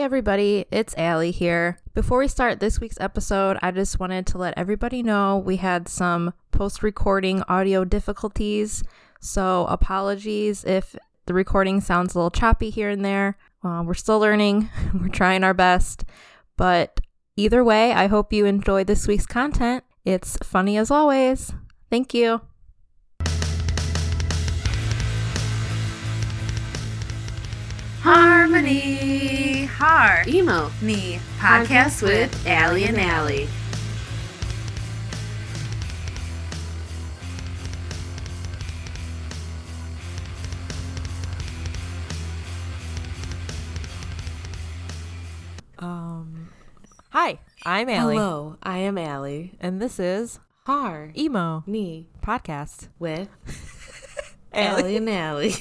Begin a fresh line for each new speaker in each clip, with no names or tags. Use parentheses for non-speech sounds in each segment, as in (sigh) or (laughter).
everybody, it's Allie here. Before we start this week's episode, I just wanted to let everybody know we had some post recording audio difficulties. So, apologies if the recording sounds a little choppy here and there. Uh, we're still learning, (laughs) we're trying our best. But either way, I hope you enjoy this week's content. It's funny as always. Thank you.
Harmony Harmony
Emo
podcast with Allie and Allie.
Um, hi, I'm Allie,
Hello, I am Allie.
and this is
Har
Emo
me
Podcast.
with
(laughs) Allie.
Allie and Allie.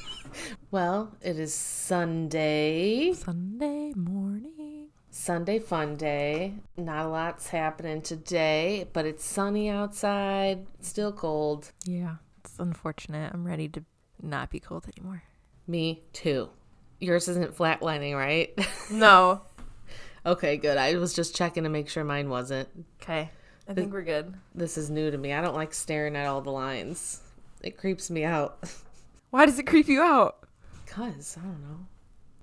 (laughs) well, it is Sunday.
Sunday morning.
Sunday fun day. Not a lot's happening today, but it's sunny outside. It's still cold.
Yeah, it's unfortunate. I'm ready to not be cold anymore.
Me too. Yours isn't flatlining, right? (laughs)
No.
okay, good. I was just checking to make sure mine wasn't.
Okay. I think we're good.
This is new to me. I don't like staring at all the lines. It creeps me out. (laughs)
Why does it creep you out?
Cuz, I don't know.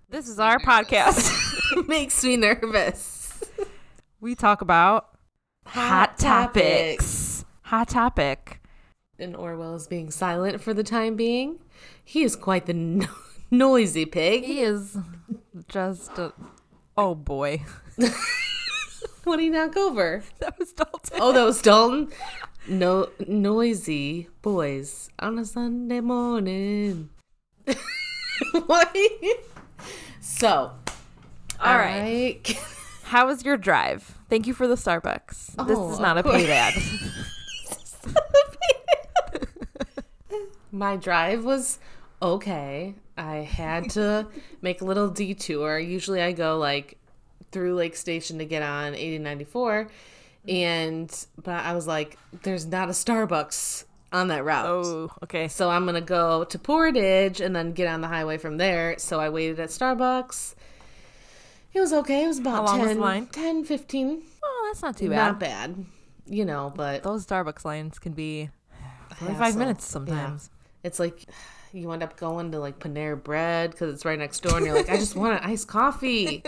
This is our podcast.
(laughs)
(laughs)
It makes me nervous.
we talk about
(laughs) Hot
topics. Hot topic.
And Orwell is being silent for the time being. He is quite the no- (laughs) noisy pig.
He is just a. Oh boy. (laughs)
What did he knock over?
That was Dalton.
Oh, that was Dalton. No, noisy boys on a Sunday morning. (laughs) what? (laughs) So,
All right.
I-
How was your drive? Thank you for the Starbucks. this
Oh,
is not a
of course.
paid (laughs) ad.
My drive was okay. I
(laughs)
had to make a little detour. Usually I go like through Lake Station to get on 8094 and but I was like there's not a Starbucks on that route.
oh, okay.
So I'm going to go to Portage and then get on the highway from there. So I waited at Starbucks. It was okay. It was about
long
10,
was the line?
10 15.
Oh, that's not too bad.
Not bad. You know, but
Those Starbucks lines can (sighs) be 45
hassle.
minutes
Yeah.
sometimes.
it's like you end up going to like Panera Bread because it's right next door, and you're like, I just want an iced coffee.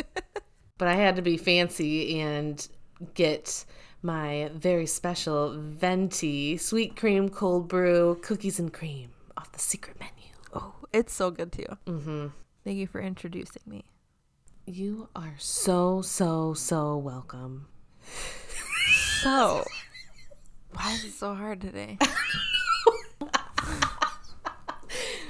but I had to be fancy and get my very special venti sweet cream cold brew cookies and cream off the secret menu.
Oh, it's so good too. Mm-hmm. Thank you for introducing me.
You are so so so welcome.
So, (laughs) why is it so hard today?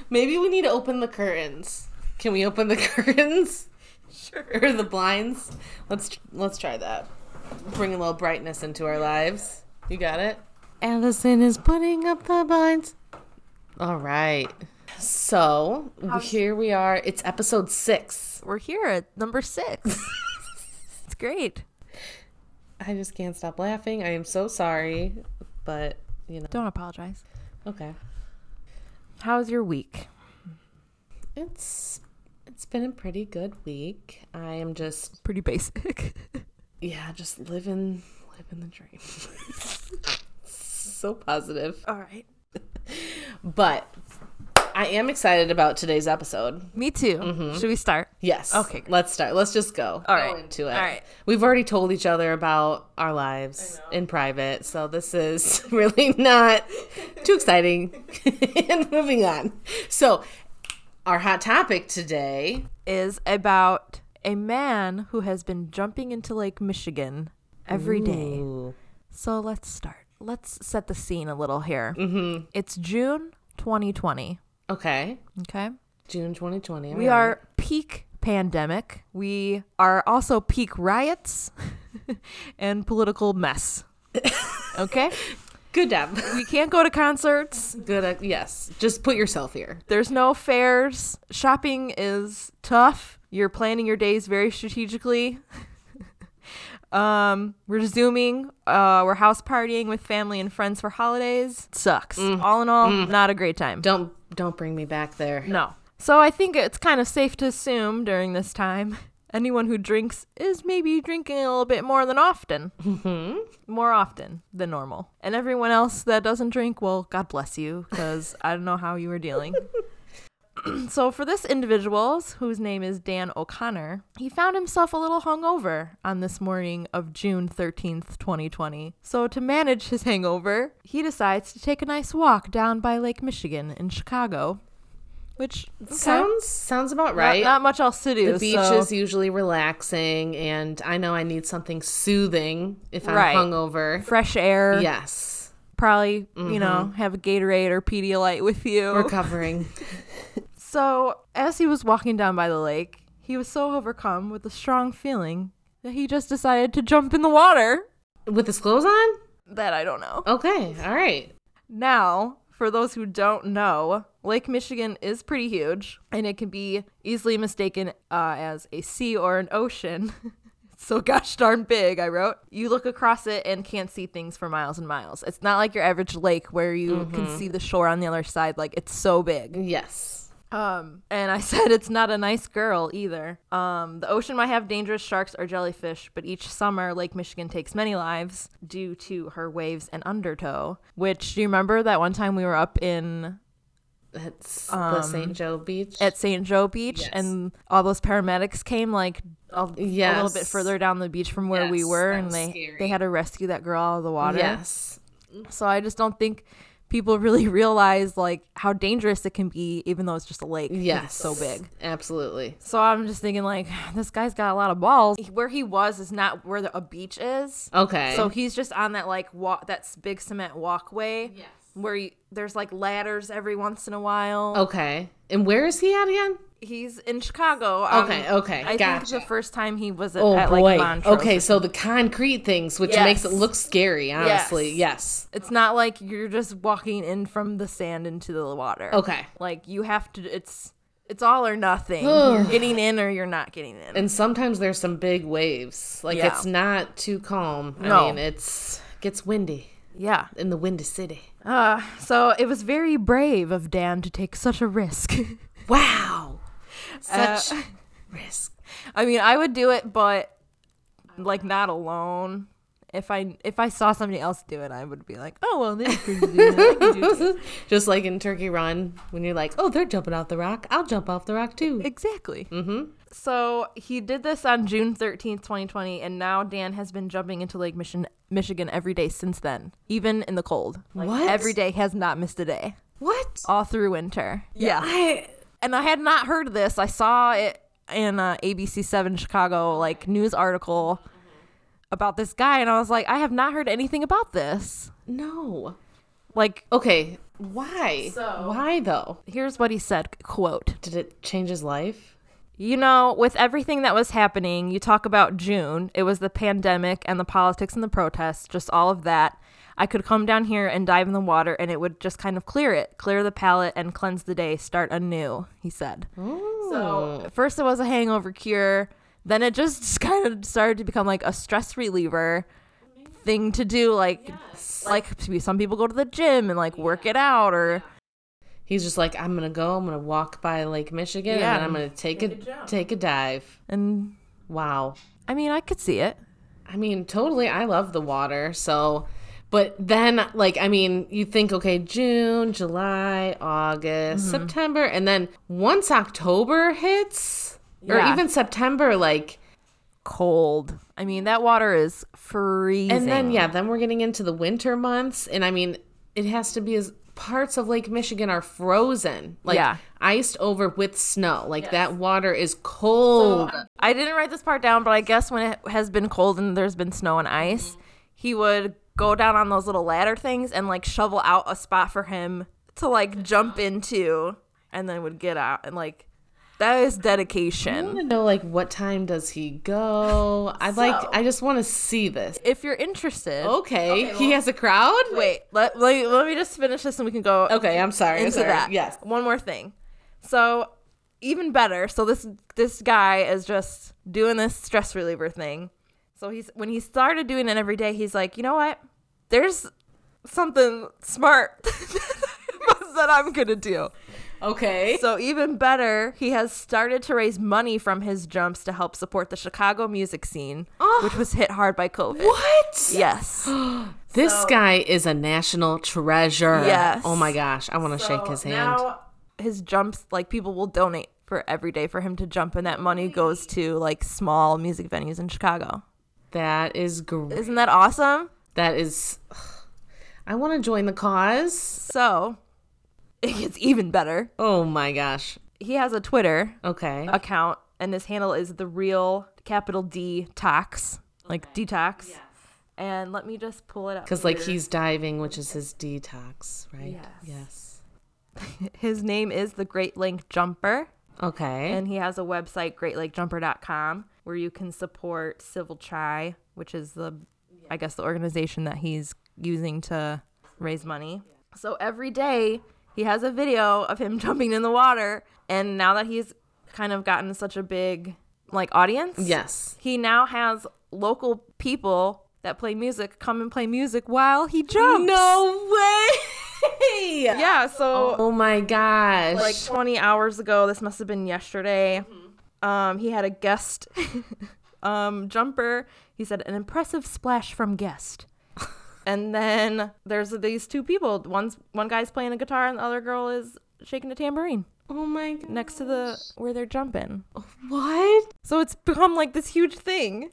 Maybe we need to open the curtains. Can we open the (laughs) curtains? Sure. Or the blinds? Let's let's try that. Bring a little brightness into our lives. You got it? Allison is putting up the blinds. All right. So, here we are. It's episode 6.
We're here at number (laughs) six. it's great.
I just can't stop laughing. I am so sorry, but you know.
Don't apologize.
Okay.
How's your week?
It's it's been a pretty good week. I am just
Pretty basic. (laughs)
yeah, just living living the dream. (laughs) so positive.
All right.
But I am excited about today's episode.
Me too. Should we start?
Yes.
Okay, great.
Let's start. Let's just go.
All
Go
right.
into it.
All right.
We've already told each other about our lives in private, so this is (laughs) really not too exciting. (laughs) and moving on. So, our hot topic today.
Is about a man who has been jumping into Lake Michigan every day.
Ooh.
So let's start. Let's set the scene a little here. Mm-hmm. It's June 2020.
Okay.
Okay.
June 2020. all
We
right.
are peak pandemic. We are also peak riots (laughs) and political mess. Okay?
good job.
we can't go to concerts.
(laughs) Good. uh, yes. Just put yourself here.
There's no fairs. Shopping is tough. You're planning your days very strategically. (laughs) um, we're zooming. Uh, we're house partying with family and friends for holidays. sucks. All in all, not a great time.
Don't don't bring me back there.
No. So I think it's kind of safe to assume during this time (laughs) anyone who drinks is maybe drinking a little bit more than often,
Mm-hmm.
more often than normal. And everyone else that doesn't drink, well, God bless you, because I don't know how you were dealing. so, for this individual, whose name is Dan O'Connor, he found himself a little hungover on this morning of June 13th, 2020. So, to manage his hangover, he decides to take a nice walk down by Lake Michigan in Chicago, which okay,
Sounds sounds about
not-
right.
Not, much else to do.
the beach
so-
is usually relaxing, and I know I need something soothing if I'm
Right.
hungover.
fresh air.
Yes,
Probably, you
Mm-hmm.
know, have a Gatorade or Pedialyte with you.
recovering. (laughs)
So, as he was walking down by the lake, he was so overcome with a strong feeling that he just decided to jump in the water.
With his clothes on?
That I don't know.
Okay, all right.
Now, for those who don't know, Lake Michigan is pretty huge and it can be easily mistaken uh, as a sea or an ocean. (laughs) It's so gosh darn big, I wrote. You look across it and can't see things for miles and miles. It's not like your average lake where you can see the shore on the other side. Like, it's so big.
Yes.
Um, and I (laughs) said it's not a nice girl either. Um, the ocean might have dangerous sharks or jellyfish, but each summer Lake Michigan takes many lives due to her waves and undertow. Which do you remember that one time we were up in
That's
Um,
the St. Joe Beach.
at St. Joe Beach
Yes.
and all those paramedics came like a, a little bit
Yes.
further down the beach from where we
Yes,
were,
that
and
was
they
scary.
they had to rescue that girl out of the water.
Yes.
So I just don't think people (laughs) really realize like how dangerous it can be, even though it's just a lake. 'cause
Yes.
it's so big.
Absolutely.
So I'm just thinking, like, (sighs) this guy's got a lot of balls. Where he was is not where the, a beach is.
Okay.
So he's just on that like walk, that s- big cement walkway. Yes. Where you, there's like ladders every once in a while.
okay. And where is he at again?
He's in Chicago. um,
Okay, okay,
I
gotcha.
think the first time he was at,
Oh
at
boy.
like Montrose.
okay, so the concrete things, which
Yes.
makes it look scary, honestly. Yes.
It's not like you're just walking in from the sand into the water.
Okay.
Like you have to. It's it's all or
(sighs)
nothing. you're getting in or you're not getting in.
And sometimes there's some big waves. Like
Yeah.
it's not too calm.
No.
I mean, it's gets windy
yeah.
in the windy city.
Uh, so it was very brave of Dan to take such a risk. (laughs)
Wow. Such
Uh,
(laughs) risk.
I mean, I would do it, but like not alone. If I if I saw somebody else do it, I would be like, oh well, they (laughs) agreed to do that. I can do it too."
Just like in Turkey Run, when you're like, oh, they're jumping off the rock. I'll jump off the rock too.
exactly. Mm-hmm. So he did this on June thirteenth, twenty twenty, and now Dan has been jumping into Lake Michigan, Michigan every day since then, even in the cold. Like,
What?
Every day has not missed a day
What?
all through winter. yeah.
I
and I had not heard of this. I saw it in uh, a ABC Seven Chicago like news article about this guy, and I was like, I have not heard anything about this.
no.
Like,
Okay. Why? Why though?
here's what he said: "Quote,
Did it change his life?
you know, with everything that was happening, you talk about June. It was the pandemic and the politics and the protests, just all of that." I could come down here and dive in the water and it would just kind of clear it, clear the palate and cleanse the day, start anew, he said.
Hmm.
So first it was a hangover cure, then it just (laughs) kind of started to become like a stress reliever thing to do. Like, like to be- some people go to the gym and like work it out, or
He's just like, I'm gonna go. I'm gonna walk by Lake Michigan,
Yeah.
and then I'm gonna take, a, take a dive.
and
Wow.
I mean I could see it.
I mean, totally. I love the water. So, but then, like, I mean, you think, okay, June, July, August,
Mm-hmm.
September, and then once October hits, or
Yeah.
even September, like,
Cold. I mean that water is freezing.
and then yeah, then we're getting into the winter months, and I mean, it has to be as parts of Lake Michigan are frozen, like
Yeah.
iced over with snow. Like that water is cold.
I didn't write this part down, but I guess when it has been cold and there's been snow and ice,
Mm-hmm.
he would go down on those little ladder things and like shovel out a spot for him to like jump into and then would get out and like that is
I
dedication.
want to know like what time does he go? I'd like. I just want to see this.
If you're interested,
Okay, he has a crowd.
wait, let, let, me- let me just finish this and we can go
Okay, I'm sorry. I'm
into
sorry.
that.
Yes.
One more thing. So even better. So this this guy is just doing this stress reliever thing. So he's when he started doing it every day, he's like, you know what? (laughs) There's something smart that I'm gonna do.
Okay.
So, even better, he has started to raise money from his jumps to help support the Chicago music scene,
Oh.
which was hit hard by COVID.
What?
Yes.
This
So-
guy is a national treasure.
Yes.
Oh my gosh, I want to shake his hand.
Now, his jumps, like, people will donate for every day for him to jump, and that money goes to, like, small music venues in Chicago.
that is great.
Isn't that awesome?
That is. I want to join the cause.
So, it gets even better.
Oh my gosh.
He has a Twitter
Okay.
account, and his handle is the real capital D tox, like detox. And let me just pull it up.
Because like he's diving, which is his detox, right? Yes.
His name is the Great Lake Jumper,
Okay.
and he has a website, greatlakejumper.com, where you can support Civil Chi, which is the, I guess, the organization that he's using to raise money. So every day he has a video of him (laughs) jumping in the water, and now that he's kind of gotten such a big like audience,
yes.
he now has local people that play music come and play music while he jumps. (laughs)
No way.
Yeah, so
Oh my gosh.
like 20 hours ago. This must have been yesterday. Um, he had a guest (laughs) um, jumper. He said, an impressive splash from (laughs) guest. and then there's these two people. One's one guy's playing a guitar and the other girl is shaking a tambourine
oh my. God.
next to the where they're jumping.
What?
So it's become like this huge thing.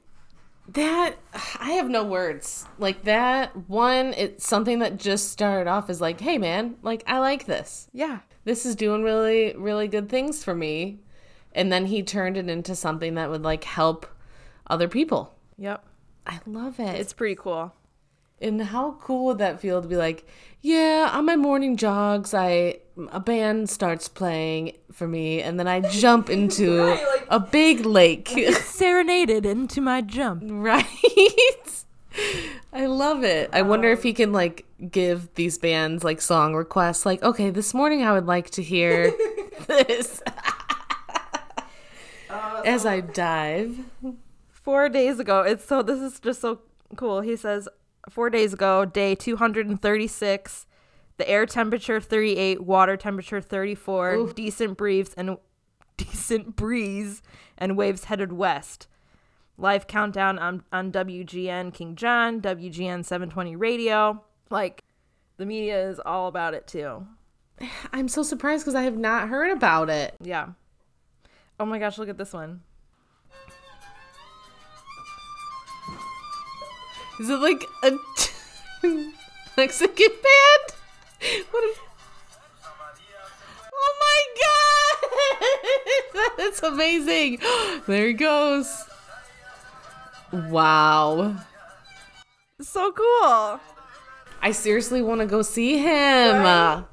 That I have no words. Like that one, it's something that just started off as like, hey man, like I like this.
Yeah.
This is doing really, really good things for me. And then he turned it into something that would like help other people.
Yep.
I love it.
It's pretty cool.
and how cool would that feel to be like, yeah, on my morning jogs, I a band starts playing for me, and then I jump (laughs) into (laughs) a big lake.
Serenaded into my jump.
Right? (laughs) I love it. I wonder if he can like give these bands like song requests like, okay, this morning I would like to hear this. As I dive.
Four days ago. It's so this is just so cool. He says four days ago, day two hundred and thirty six, the air temperature thirty eight, water temperature thirty four, decent breeze and (laughs) decent breeze and waves headed west. Live countdown on on WGN King John, WGN seven twenty radio. Like the media is all about it too.
I'm so surprised because I have not heard about it.
Yeah. Oh my gosh, look at this one.
Is it like a (laughs) Mexican band? What is- Oh my god! (laughs) That's amazing! (gasps) There he goes. Wow.
So cool.
I seriously want to go see him. Uh,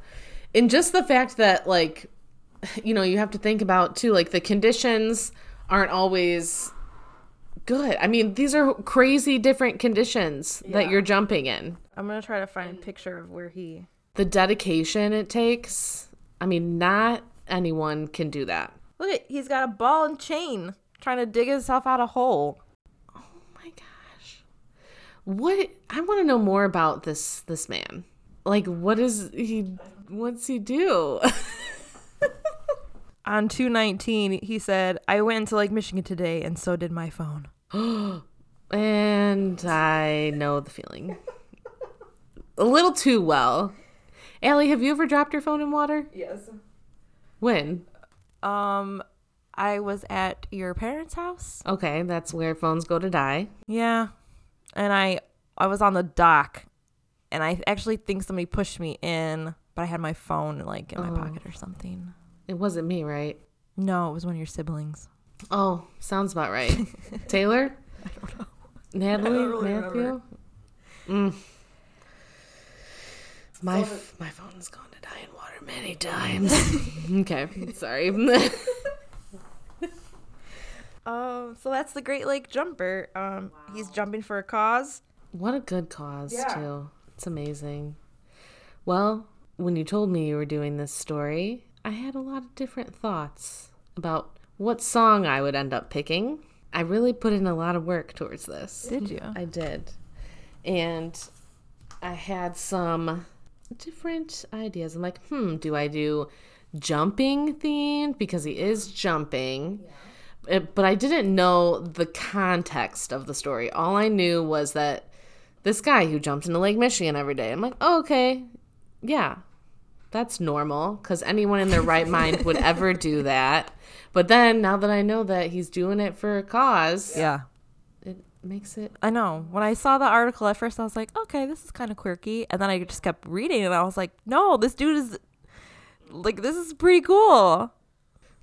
and just the fact that, like, (sighs) you know, you have to think about too, like, the conditions aren't always good. I mean, these are crazy different conditions that you're jumping in.
I'm gonna try to find a picture of where he
The dedication it takes. I mean, not anyone can do that.
Look at he's got a ball and chain trying to dig himself out a hole.
Oh my gosh. What I want to know more about this this man. Like what is he what's he do? (laughs)
On 219, he said, I went into Lake Michigan today and so did my phone.
And I know the feeling. A little too well. Allie, have you ever dropped your phone in water? Yes. When?
Um, I was at your parents' house.
Okay, that's where phones go to die.
Yeah. And I I was on the dock and I actually think somebody pushed me in, but I had my phone like in my pocket or something.
It wasn't me, right?
No, it was one of your siblings.
Oh, sounds about (laughs) right. Taylor? I don't know. Natalie? Matthew? Mm. My, f- my phone's gone to die in water many (laughs) times. okay, sorry. (laughs)
Oh, so that's the Great Lake Jumper. Um, he's jumping for a cause.
what a good cause, too. It's amazing. Well, when you told me you were doing this story, I had a lot of different thoughts about what song I would end up picking. I really put in a lot of work towards this.
Did you?
I did. And I had some different ideas. I'm like, hmm, do I do jumping themed because he is jumping. Uh, But I didn't know the context of the story. All I knew was that this guy who jumped into Lake Michigan every day. I'm like, oh, okay, yeah, that's normal because anyone in their right mind would ever do that. But then now that I know that he's doing it for a cause,
Yeah.
it makes it
I know. When I saw the article at first, I was like, okay, this is kind of quirky. And then I just kept reading and I was like, no, this dude is like, this is pretty cool.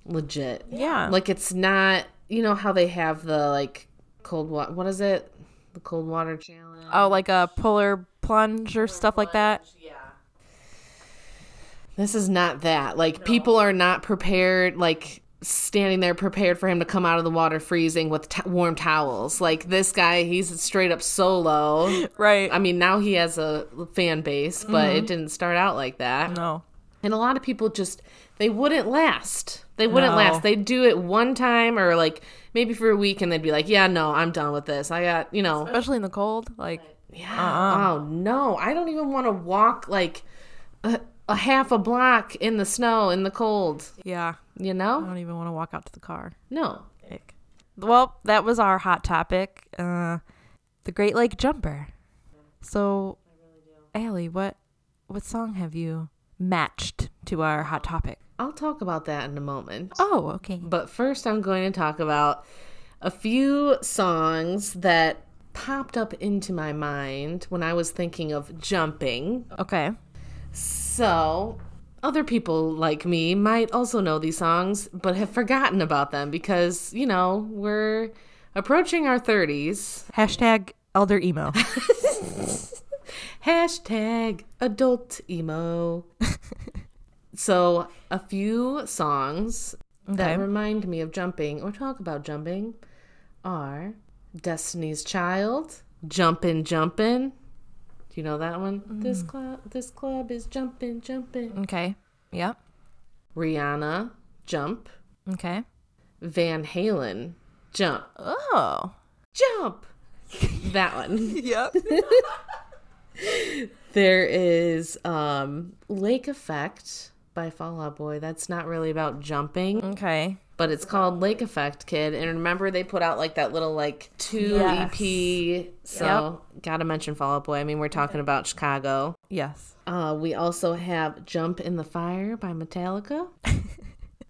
legit.
Yeah.
Like it's not, you know how they have the like cold water. What is it? The cold water challenge.
oh, like a polar plunge or stuff like that.
This is not that. Like people are not prepared. Like standing there prepared for him to come out of the water freezing with t- warm towels. Like this guy, he's straight
(laughs)
up solo.
Right.
I mean, now he has a fan base, but
Mm-hmm.
it didn't start out like that.
no.
And a lot of people just they wouldn't last. They wouldn't
No.
last. They'd do it one time or like maybe for a week and they'd be like, "Yeah, no, I'm done with this. I got, you know,
Especially in the cold. Like,
yeah. Oh no, I don't even want to walk like a, a half a block in the snow in the cold,
yeah.
you
I
know?
don't even want to walk out to the car.
No.
Ick. Well, that was our hot topic. Uh, the Great Lake Jumper. So, Allie, what what song have you matched to our hot topic?
I'll talk about that in a moment.
Oh, okay.
But first, I'm going to talk about a few songs that popped up into my mind when I was thinking of jumping.
Okay.
So, other people like me might also know these songs, but have forgotten about them because, you know, we're approaching our 30s.
Hashtag elder (laughs) emo.
Hashtag adult emo. (laughs) so, a few songs that
Okay.
remind me of jumping or talk about jumping are Destiny's Child, Jumpin' Jumpin'. Do you know that one? This club this club is jumpin' jumpin'.
Okay. Yep.
Rihanna, Jump.
Okay.
Van Halen, Jump.
Oh.
Jump. that one.
Yep.
There is um Lake Effect by Fall Out Boy. That's not really about jumping.
okay.
but it's called Lake Effect Kid. And remember, they put out like that little like two
Yes.
EP. So gotta mention Fall Out Boy. I mean, we're talking about Chicago.
Yes.
Uh, we also have Jump in the Fire by Metallica.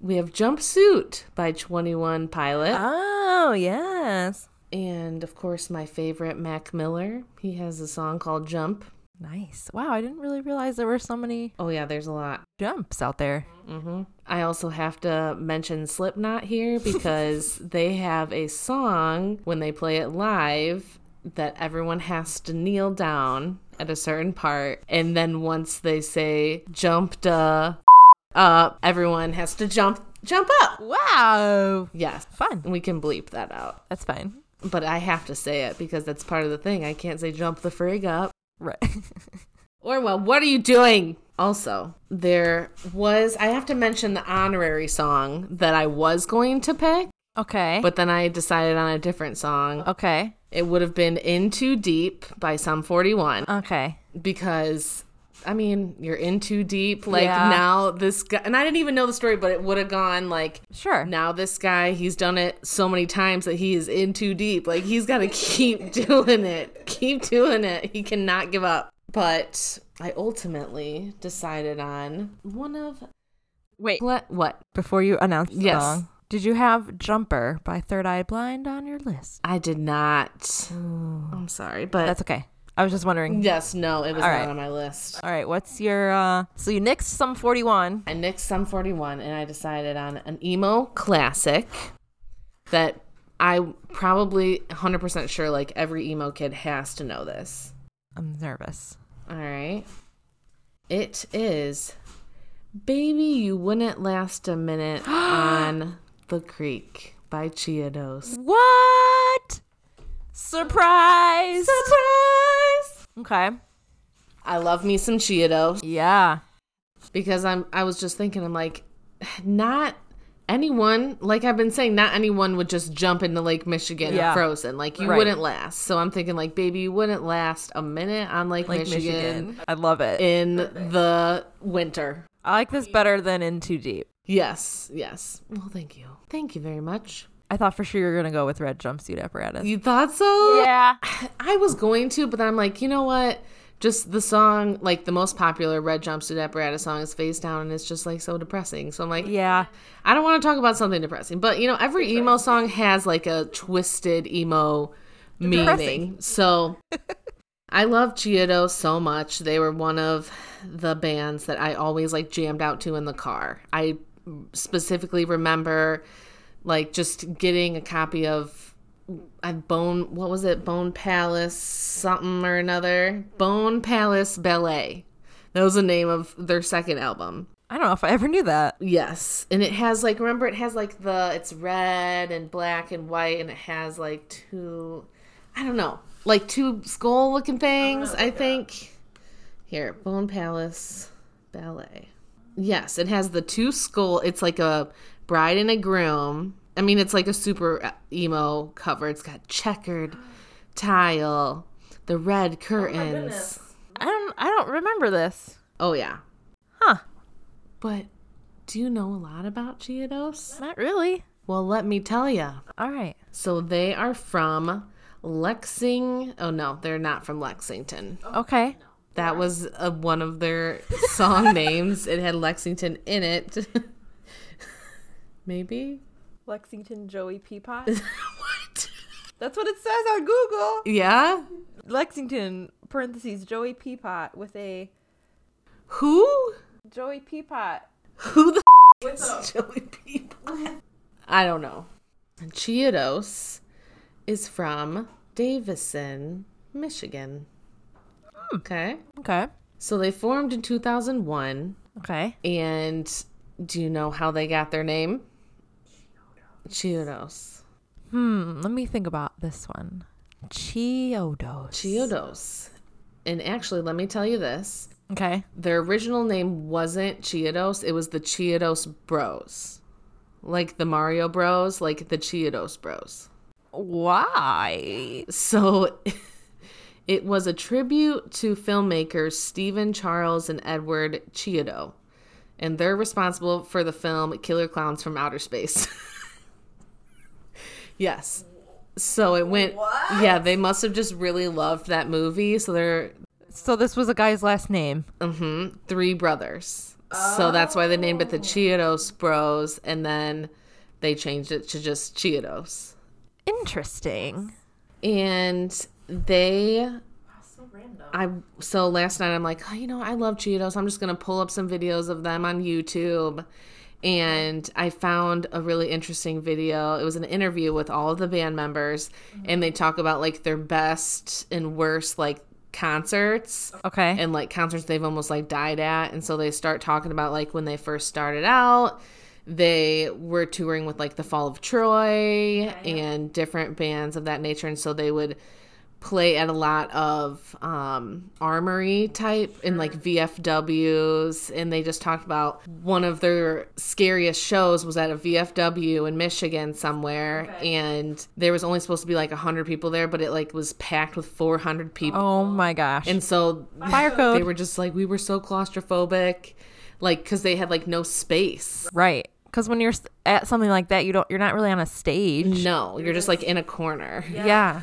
we have Jumpsuit by Twenty One Pilot,
Oh, yes.
and of course my favorite Mac Miller. He has a song called Jump.
Nice. Wow, I didn't really realize there were so many
Oh yeah, there's a lot.
jumps out there.
I also have to mention Slipknot here because they have a song when they play it live that everyone has to kneel down at a certain part. And then once they say jump da up, everyone has to jump jump up.
Wow.
Yes.
Fun.
We can bleep that out.
That's fine.
But I have to say it because that's part of the thing. I can't say jump the frig up.
Right. (laughs)
Orwell, what are you doing? Also, there was, I have to mention the honorary song that I was going to pick,
okay.
but then I decided on a different song.
okay.
It would have been In Too Deep by Sum 41
Okay.
because, I mean, you're in too deep. Like
Yeah.
now this guy, and I didn't even know the story, but it would have gone like,
Sure.
now this guy, he's done it so many times that he is in too deep. Like he's got to keep (laughs) doing it, keep doing it. He cannot give up. But I ultimately decided on one of
Wait.
what? What?
Before you announce the
Yes.
song, did you have Jumper by Third Eye Blind on your list?
I did not. I'm sorry, but
That's okay. I was just wondering.
yes, no, it was
All
not
right.
on my list.
All right, what's your uh so you nixed some 41.
I nixed some 41 and I decided on an emo classic that I probably 100% sure like every emo kid has to know this.
I'm nervous.
All right. It is Baby You Wouldn't Last a Minute on the Creek by Chiados.
What? Surprise. Surprise. Okay.
I love me some Chiados
Yeah.
because I'm I was just thinking I'm like not anyone like I've been saying not anyone would just jump into Lake Michigan
Yeah.
frozen like you
Right.
wouldn't last. So I'm thinking like baby you wouldn't last a minute on Lake,
Like
Michigan,
Michigan. I love it.
in the winter.
I like this better than in too deep.
Yes, yes. Well, thank you. Thank you very much.
I thought for sure you were gonna go with red jumpsuit apparatus.
You thought so?
Yeah.
I was going to, but then I'm like, you know what? Just the song, like the most popular Red Jumpsuit Apparatus song is Face Down, and it's just like so depressing. So I'm like,
Yeah.
I don't want to talk about something depressing, but you know, every emo song has like a twisted emo meaning. So I love Chiodo so much. They were one of the bands that I always like jammed out to in the car. I specifically remember like just getting a copy of I Bone what was it? Bone Palace something or another. Bone Palace Ballet. That was the name of their second album.
I don't know if I ever knew that.
Yes. And it has like remember it has like the it's red and black and white and it has like two I don't know, like two skull looking things, I think. Here, Bone Palace Ballet. Yes, it has the two skull it's like a bride and a groom. I mean, it's like a super uh, emo cover. It's got checkered tile, the red curtains.
I don't I don't remember this.
Oh, yeah.
Huh.
But do you know a lot about Chiodos?
Not really.
Well, let me tell you.
All right.
So they are from Lexing. Oh no, they're not from Lexington.
Okay.
That was uh one of their song names. It had Lexington in it. (laughs) Maybe.
Lexington Joey Peapot.
What?
That's (laughs) what it says on Google.
Yeah.
Lexington parentheses Joey Peapot with a
Who?
Joey Peapot.
Who the (laughs) f- is Joey people? I don't know. Chiodos is from Davison, Michigan. Okay.
Okay.
So they formed in 2001.
Okay.
And do you know how they got their name? Chiodos.
Hmm. Let me think about this one. Chiodos.
Chiodos. And actually, let me tell you this
okay.
their original name wasn't Chiodos, it was the Chiodos Bros. Like the Mario Bros, like the Chiodos Bros.
Why?
So (laughs) it was a tribute to filmmakers Stephen Charles and Edward Chiodo. And they're responsible for the film Killer Clowns from Outer Space. (laughs) yes. So it went Yeah, they must have just really loved that movie. So they're
So this was a guy's last name.
mhm, three brothers. So that's why they named it the Chiodos Bros and then they changed it to just Chiodos.
Interesting.
and they I so last night I'm like, oh, you know, I love Cheetos. I'm just gonna pull up some videos of them on YouTube, and I found a really interesting video. It was an interview with all of the band members, and they talk about like their best and worst like concerts
Okay.
and like concerts they've almost like died at and so they start talking about like when they first started out they were touring with like the fall of troy and different bands of that nature and so they would play at a lot of um, armory type and like vfws and they just talked about one of their scariest shows was at a vfw in michigan somewhere and there was only supposed to be like 100 people there but it like was packed with 400 people
oh my gosh.
and so
Fire
they
code.
were just like we were so claustrophobic like because they had like no space
right. Because when you're s- at something like that, you don't. You're not really on a stage.
no you're just like in a corner
Yeah.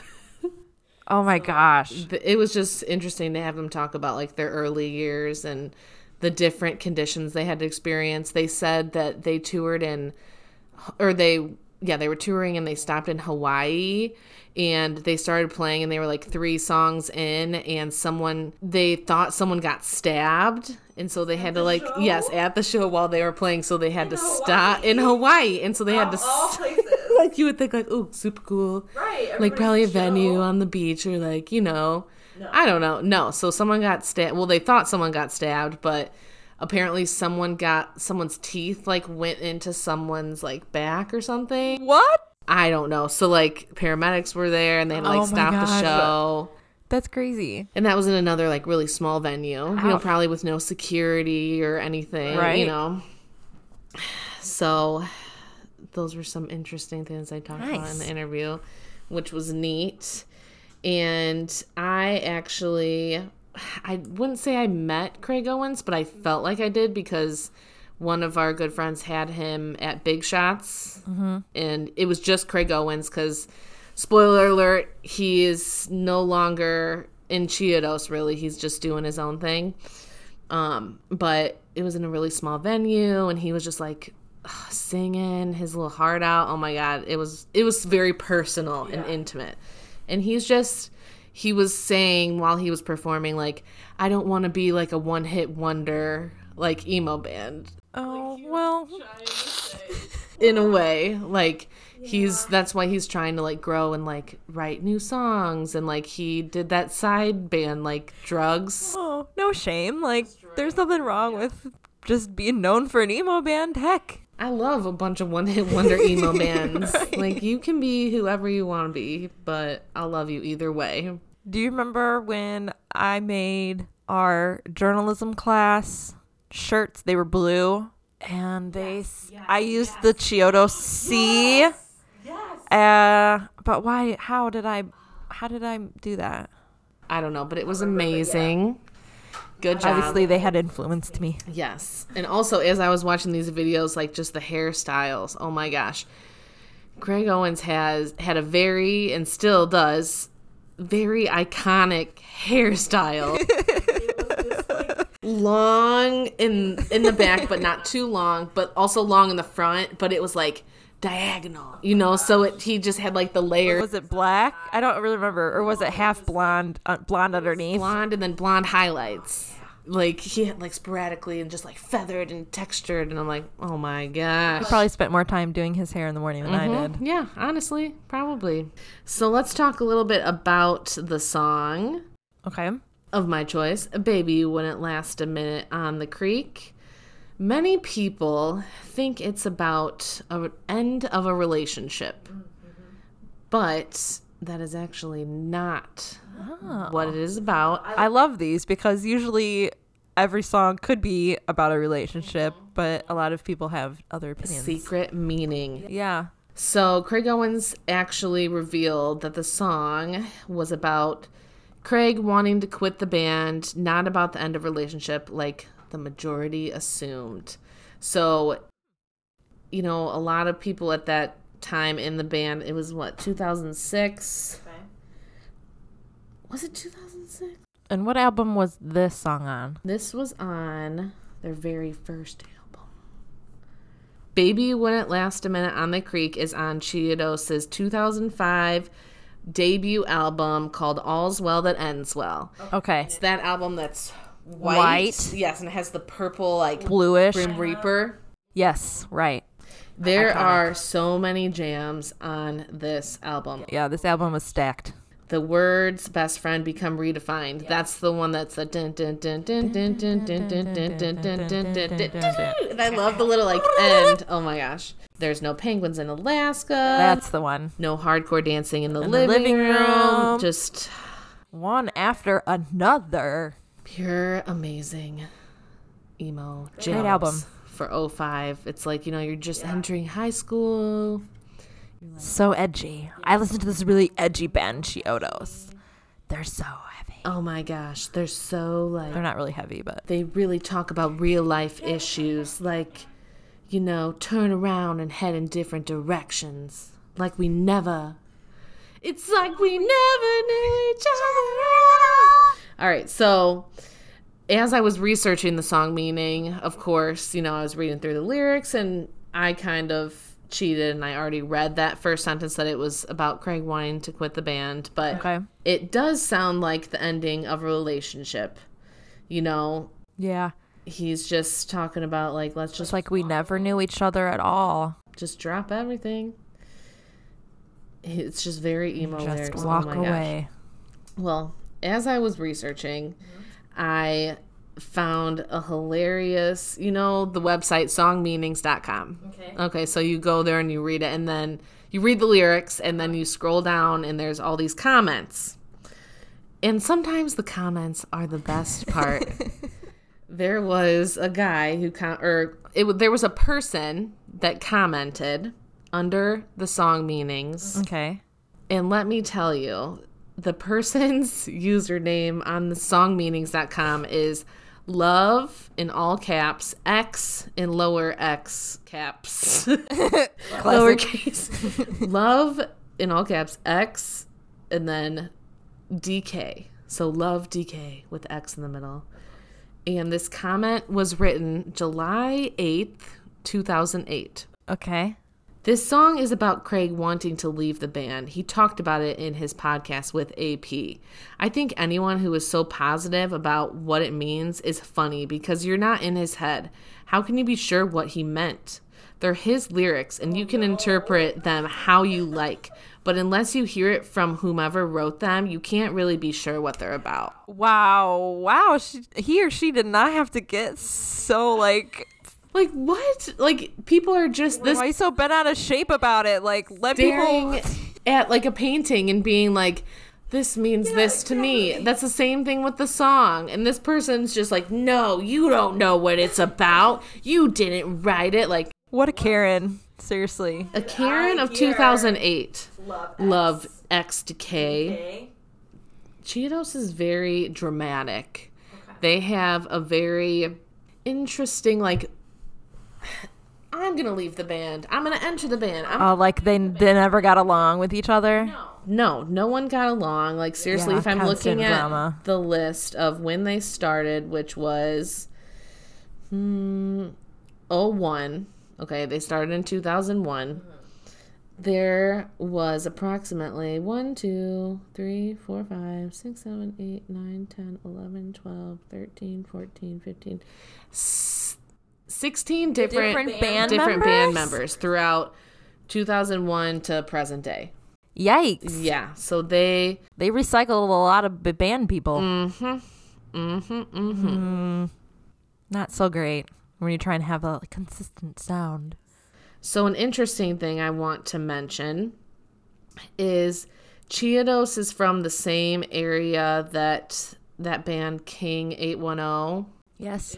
Oh my gosh.
Th- it was just interesting to have them talk about like their early years and the different conditions they had to experience they said that they toured in or they yeah they were touring and they stopped in hawaii and they started playing and they were like three songs in and someone they thought someone got stabbed and so they had to like yes at the show while they were playing so they had to stop in hawaii and so they had to s- (laughs) like you would think like oh super cool right like probably a venue on the beach or like you know i don't know no so someone got stabbed well they thought someone got stabbed but apparently someone got someone's teeth like went into someone's like back or something
What?
i don't know so like paramedics were there and they had to, like
Oh my
stopped the
gosh.
show
That's crazy.
and that was in another like really small venue you know probably with no security or anything you
Right.
know so those were some interesting things i talked about in the
Nice.
interview which was neat and i actually I wouldn't say I met Craig Owens, but I felt like I did because one of our good friends had him at Big Shots, and it was just Craig Owens because, spoiler alert, he is no longer in Chiatos. Really, he's just doing his own thing. Um, but it was in a really small venue, and he was just like ugh, singing his little heart out. Oh my god, it was it was very personal and intimate, and he's just he was saying while he was performing like I don't want to be like a one hit wonder like emo band
Oh, well,
in a way like he's that's why he's trying to like grow and like write new songs and like he did that side band like drugs
oh, no shame. Like, there's nothing wrong with just being known for an emo band. Heck.
I love a bunch of one hit (laughs) wonder emo bands like you can be whoever you want to be but I'll love you either way
Do you remember when I made our journalism class shirts? They were blue, and they s I I used the Chiodo C. Yes. Uh, but why? How did I? How did I do that?
I don't know but it was amazing good job
Obviously, they had influenced me.
Yes. And also, as I was watching these videos, like just the hairstyles. Oh my gosh. Greg Owens has had a very, and still does, very iconic hairstyle. long in in the back but not too long but also long in the front but it was like diagonal you know so it he just had like the layers
Was it black? I don't really remember. Or was Oh, it half blonde, uh, blonde underneath?
blonde and then blonde highlights. Like he had like sporadically and just like feathered and textured, and I'm like, oh my gosh.
Probably spent more time doing his hair in the morning than I did.
Yeah, honestly, probably. So let's talk a little bit about the song
Okay.
of my choice, Baby You Wouldn't Last a Minute on the Creek. Many people think it's about an end of a relationship, but that is actually not what it is about.
I love these because usually every song could be about a relationship,
Mm-hmm.
but a lot of people have other opinions.
Secret meaning.
Yeah.
So Craig Owens actually revealed that the song was about Craig wanting to quit the band, not about the end of relationship like the majority assumed. So you know, a lot of people at that time in the band, it was what, 2006? Was it 2006?
And what album was this song on?
This was on their very first album. Baby Wouldn't Last a Minute on the Creek is on Chiados' 2005 debut album called All's Well That Ends Well.
Okay.
It's that album that's white.
White.
Yes, and it has the purple, like,
Bluish.
Grim Reaper.
Yes, right.
There are so many jams on this album.
Yeah, this album was stacked.
the words best friend become redefined. That's the one that's the dun dun dun dun dun dun dun dun dun dun dun dun dun dun dun. And I love the
(laughs)
little like end. Oh my gosh. There's no penguins in Alaska.
That's the one.
No hardcore dancing in the
the
living
living
room.
room.
Just
One after another.
pure amazing emo jams
album.
for 05. It's like, you know, you're just entering high school.
So edgy. I listened to this really edgy band, Chiodos. They're so heavy.
Oh my gosh. They're so like
They're not really heavy, but
they really talk about real life issues like you know turn around and head in different directions like we never it's like we never knew each other all right so as i was researching the song meaning of course you know i was reading through the lyrics and i kind of cheated and i already read that first sentence that it was about craig wanting to quit the band but
okay.
it does sound like the ending of a relationship you know
Yeah.
he's just talking about like let's
It's
just
like we never knew each other at all.
just drop everything it's just very emo
Just
lyrics.
walk
oh my gosh.
away.
well as i was researching i found a hilarious you know the website songmeanings.com okay okay so you go there and you read it and then you read the lyrics and then you scroll down and there's all these comments and sometimes the comments are the best part there was a guy who com- or it w- there was a person that commented under the song meanings
Okay.
and let me tell you the person's (laughs) username on the songmeanings.com is love in all caps x in lower x caps (laughs) lowercase love in all caps x and then dk so love dk with x in the middle and this comment was written july 8th 2008
Okay.
this song is about Craig wanting to leave the band. He talked about it in his podcast with AP. I think anyone who is so positive about what it means is funny because you're not in his head. How can you be sure what he meant? They're his lyrics and you can interpret them how you like, but unless you hear it from whomever wrote them, you can't really be sure what they're about.
Wow. Wow. She, he or she did not have to get so like.
Like, what? Like, people are just this
Why so bent out of shape about it? Like, let people.
staring at like a painting and being like this means this to me that's the same thing with the song and this person's just like no you don't know what it's about you didn't write it like
What a Karen. Seriously.
a karen of 2008 love, x decay cheetos is very dramatic they have a very interesting like (sighs) i'm gonna leave the band i'm gonna enter the band i'm
Oh, like they they never got along with each other.
no, no one got along. Like seriously,
Yeah, uh.
if I'm
constant
looking at
drama.
the list of when they started, which was hmm, 01. Okay, they started in 2001. There was approximately 1, 2, 3, 4, 5, 6, 7, 8, 9, 10, 11, 12, 13, 14, 15, s- 16 different,
Different band
different band
members?
members throughout 2001 to present day.
Yikes.
Yeah. So they.
They recycled a lot of b- band people.
Mm-hmm.
Not so great when you're trying to have a consistent sound.
So an interesting thing I want to mention is Chiados is from the same area that that band King Eight One Zero.
Yes.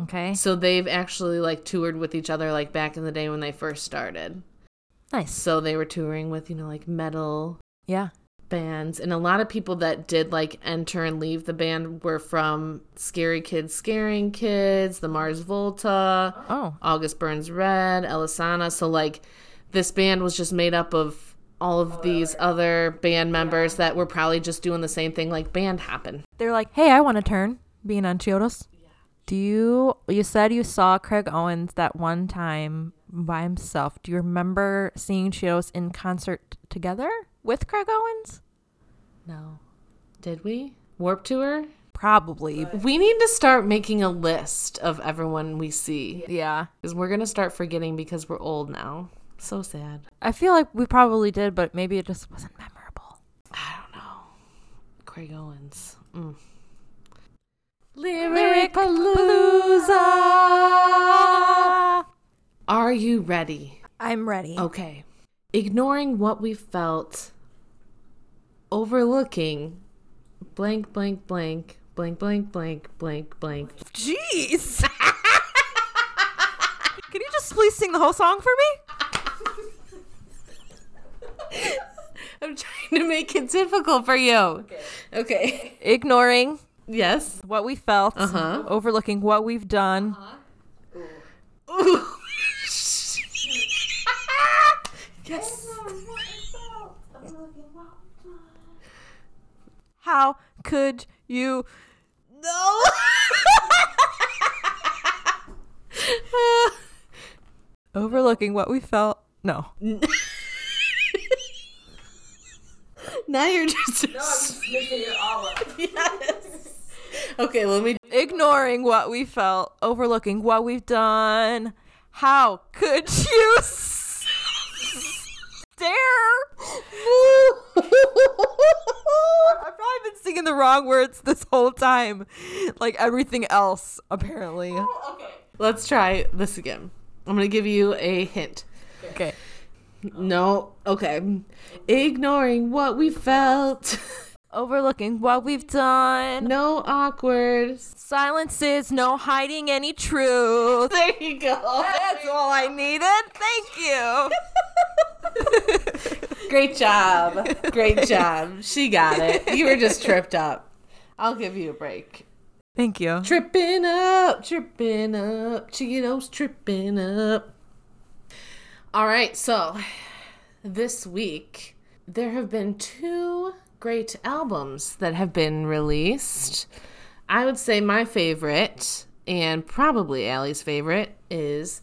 Okay.
So they've actually like toured with each other like back in the day when they first started.
Nice.
So they were touring with you know like metal
Yeah.
bands and a lot of people that did like enter and leave the band were from Scary Kids Scaring Kids, the Mars Volta,
Oh.
August Burns Red, Elisana. So like this band was just made up of all of these other band members that were probably just doing the same thing like band happen.
They're like, hey, I want to turn being on Chiodos. Do you, you said you saw Craig Owens that one time by himself. Do you remember seeing Chiodos in concert together with Craig Owens?
No. Did we? Warp tour?
Probably.
We need to start making a list of everyone we see.
Yeah.
Because we're gonna start forgetting because we're old now. So sad.
I feel like we probably did, but maybe it just wasn't memorable.
I don't know. Craig Owens. Mm.
Lyric Palooza!
Are you ready?
I'm ready.
Okay. Ignoring what we felt, overlooking blank, blank, blank, blank, blank, blank, blank, blank.
Jeez. (laughs) Can you just please sing the whole song for me?
I'm trying to make it difficult for you. Okay.
Ignoring
Yes.
what we felt,
Uh-huh.
overlooking what we've done.
(laughs) yes.
How could you?
No. (laughs)
Overlooking what we felt. No.
now you're just. No, I'm just making it all up. (laughs) yes. Okay, let me.
Ignoring what we felt, overlooking what we've done. How could you s- dare? I've probably been singing the wrong words this whole time. Like everything else, apparently.
Let's try this again. I'm gonna give you a hint.
Okay.
No, okay. Ignoring what we felt. (laughs)
Overlooking what we've done.
No awkward. (laughs)
Silences, no hiding any truth.
There you go.
(laughs) That's all I needed. Thank you.
(laughs) Great job. Great job. She got it. You were just tripped up. I'll give you a break.
(laughs) Thank you.
Tripping up, tripping up, Cheetos tripping up. All right, so this week there have been two great albums that have been released. I would say my favorite and probably Allie's favorite is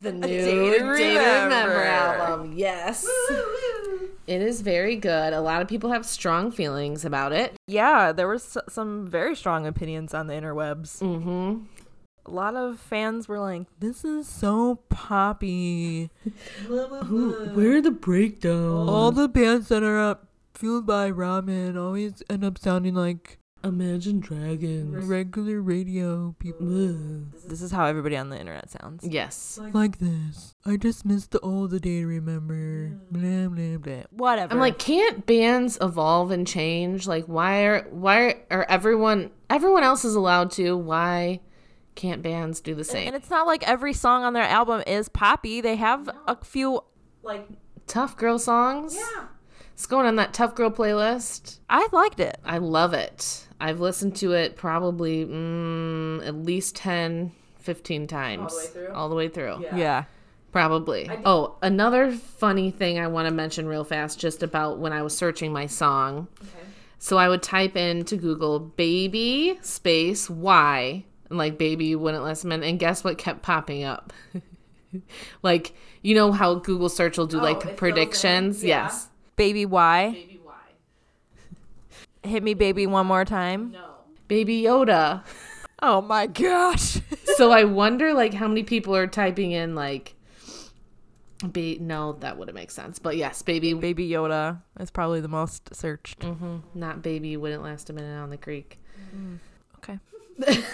the new Day to Remember,
Remember.
album. Yes. It is very good. A lot of people have strong feelings about it.
Yeah, there were s- some very strong opinions on the interwebs. Mm-hmm. A lot of fans were like, "This is so (laughs) poppy.
Where are the breakdowns?
All the bands that are up fueled by ramen always end up sounding like
Imagine Dragons.
regular radio people." this is how everybody on the internet sounds.
Yes.
Like this. I just missed the old the day to remember. Blah blah blah. Whatever.
I'm like, can't bands evolve and change? Like, why are why are everyone everyone else is allowed to? Why can't bands do the same?
and it's not like every song on their album is poppy. They have a few
Tough girl songs. Yeah. It's going on that tough girl playlist.
I liked it.
I love it. I've listened to it probably mm, at least 10, 15 times. All the way through? All the way through.
Yeah.
Probably. Oh, another funny thing I want to mention real fast just about when I was searching my song. So I would type in to Google baby space Y and like baby wouldn't last a minute. And guess what kept popping up? (laughs) like, you know how Google search will do like predictions? Yes.
Baby Y. Baby Y. Hit me, baby, one more time.
Baby Yoda. (laughs)
Oh my gosh.
so I wonder like how many people are typing in like be no, that wouldn't make sense. But yes, baby
baby Yoda is probably the most searched.
not baby wouldn't last a minute on the creek.
Okay. (laughs)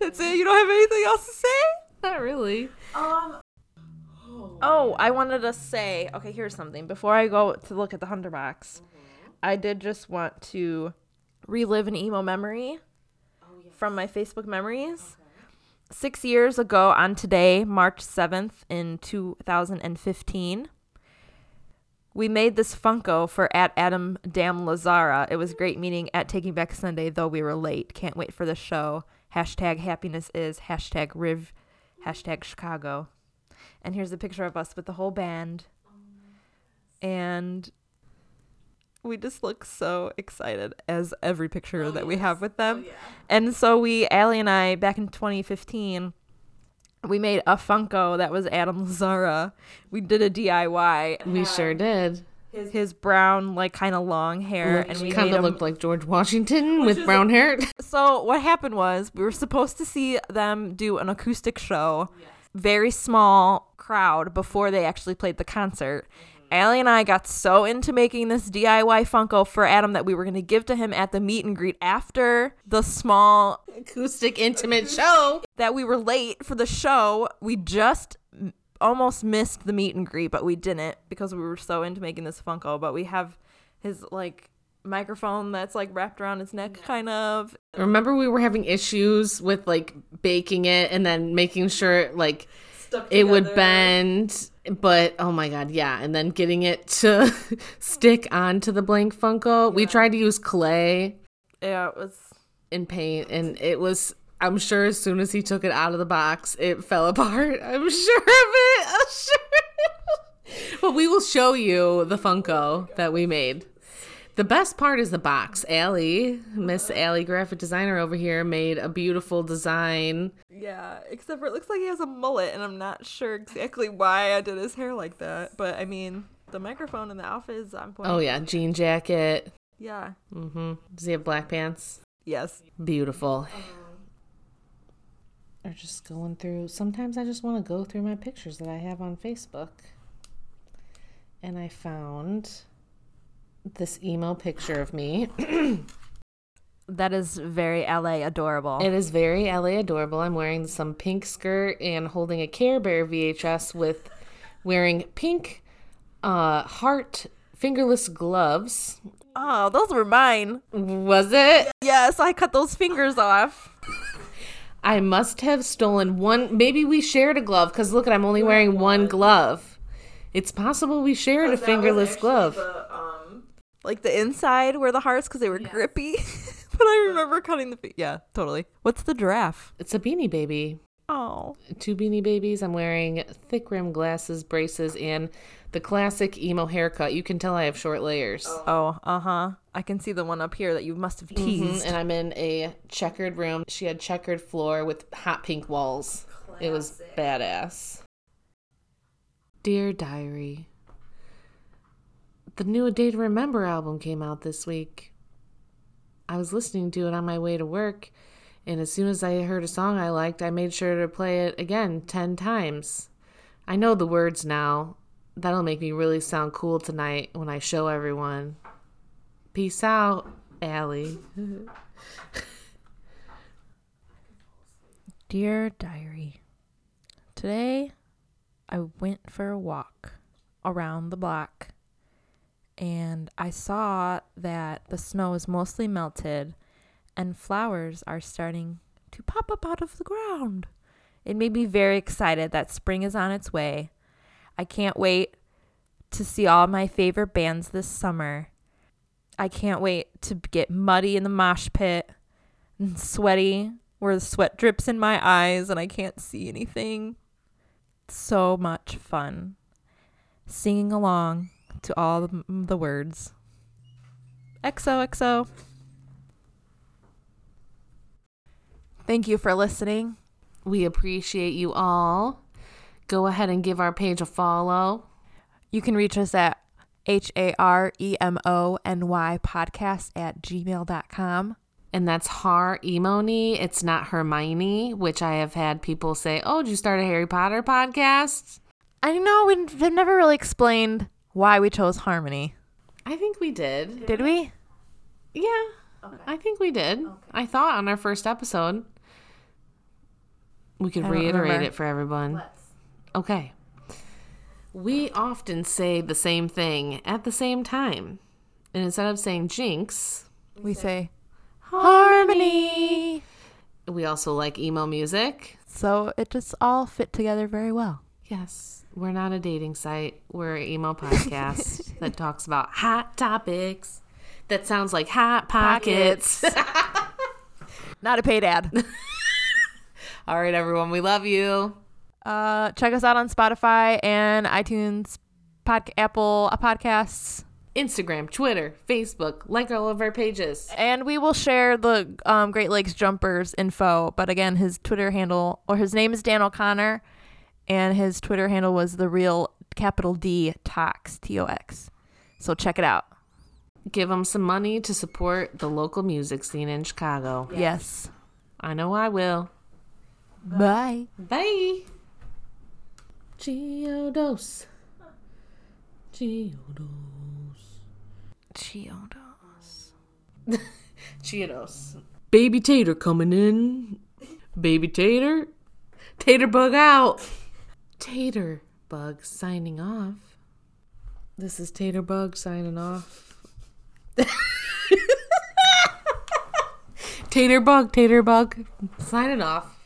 That's it. You don't have anything else to say?
(laughs) Not really.
Oh, I wanted to say, okay, here's something. Before I go to look at the Hunter box, I did just want to relive an emo memory from my Facebook memories. Six years ago on today, March 7th in 2015, we made this Funko for at Adam Dam Lazara. It was great meeting at Taking Back Sunday, though we were late. Can't wait for the show. Hashtag happiness is, hashtag Riv, hashtag Chicago and here's a picture of us with the whole band and we just look so excited as every picture that we have with them and so we Allie and i back in 2015 we made a funko that was adam lazara we did a diy
We sure did.
his, his brown like kind of long hair and we
kind
made
of
him-
looked like
(laughs)
George Washington with brown hair. (laughs)
so what happened was we were supposed to see them do an acoustic show very small crowd before they actually played the concert Allie and I got so into making this DIY Funko for Adam that we were going to give to him at the meet and greet after the small (laughs)
Acoustic intimate show.
that we were late for the show. We just m- almost missed the meet and greet, but we didn't because we were so into making this Funko. But we have his like microphone that's like wrapped around his neck, kind of.
Remember we were having issues with like baking it and then making sure like it would bend. But oh my god, yeah. And then getting it to (laughs) stick onto the blank Funko. We tried to use clay
Yeah, it was
and paint and it was I'm sure as soon as he took it out of the box, it fell (laughs) apart. I'm sure of it. I'm sure. but we will show you the Funko that we made. The best part is the box. Allie, Miss Allie, graphic designer over here, made a beautiful design.
Yeah, except for it looks like he has a mullet, and I'm not sure exactly why I did his hair like that. But I mean, the microphone and the outfit is on point.
Oh yeah, jean jacket. Mm-hmm.
yeah.
Does he have black pants?
Yes.
Beautiful. Or Uh-huh. just going through. Sometimes I just want to go through my pictures that I have on Facebook. And I found this emo picture of me.
(coughs) That is very LA adorable.
It is very LA adorable. I'm wearing some pink skirt and holding a Care Bear VHS with wearing pink uh, heart fingerless gloves.
oh, those were mine.
Was it?
Yes, I cut those fingers off.
I must have stolen one. Maybe we shared a glove because look, at I'm only wearing one glove. It's possible we shared a fingerless glove.
um, Like the inside were the hearts because they were grippy. (laughs) but I remember cutting the feet. Yeah, totally. What's the giraffe?
It's a beanie baby.
Oh.
Two beanie babies. I'm wearing thick rim glasses, braces, and the classic emo haircut. You can tell I have short layers.
Oh, uh huh. I can see the one up here that you must
Mm-hmm.
have teased.
And I'm in a checkered room. She had checkered floor with hot pink walls. It was badass. Dear Diary, the new A Day to Remember album came out this week. I was listening to it on my way to work, and as soon as I heard a song I liked, I made sure to play it again 10 times. I know the words now. That'll make me really sound cool tonight when I show everyone. Peace out, Allie.
Dear Diary, today I went for a walk around the block and I saw that the snow is mostly melted and flowers are starting to pop up out of the ground. It made me very excited that spring is on its way. I can't wait to see all my favorite bands this summer. I can't wait to get muddy in the mosh pit and sweaty where the sweat drips in my eyes and I can't see anything. So much fun singing along to all the, the words. XOXO. Thank you for listening.
We appreciate you all. Go ahead and give our page a follow.
You can reach us at H A R E M O N Y podcast at gmail.com.
And that's Har Emoni. It's not Hermione, which I have had people say, Oh, did you start a Harry Potter podcast?
I know we've never really explained why we chose Harmony.
I think we did.
Did we?
Yeah. I think we did. I thought on our first episode. We could
don't
reiterate
remember.
it for everyone. Okay. We often say the same thing at the same time. And instead of saying jinx,
We say Harmony.
we also like emo music.
So it just all fit together very well.
Yes, we're not a dating site. We're an emo (laughs) podcast that talks about hot topics. That sounds like hot pockets. (laughs)
Not a paid ad. (laughs)
All right, everyone, we love you.
uh, check us out on Spotify and iTunes, pod- Apple uh, Podcasts.
Instagram, Twitter, Facebook, like all of our pages.
And we will share the um, Great Lakes Jumpers info. But again, his Twitter handle, or his name is Dan O'Connor, and his Twitter handle was the real capital D Tox, T O X. So check it out.
Give them some money to support the local music scene in Chicago.
Yes.
I know I will.
Bye.
Bye. Geodos. Geodos. (laughs) Cheetos. Baby Tater coming in. Baby Tater. Tater bug out. Tater bug signing off. This is Tater bug signing off. (laughs) Tater bug, Tater bug signing off.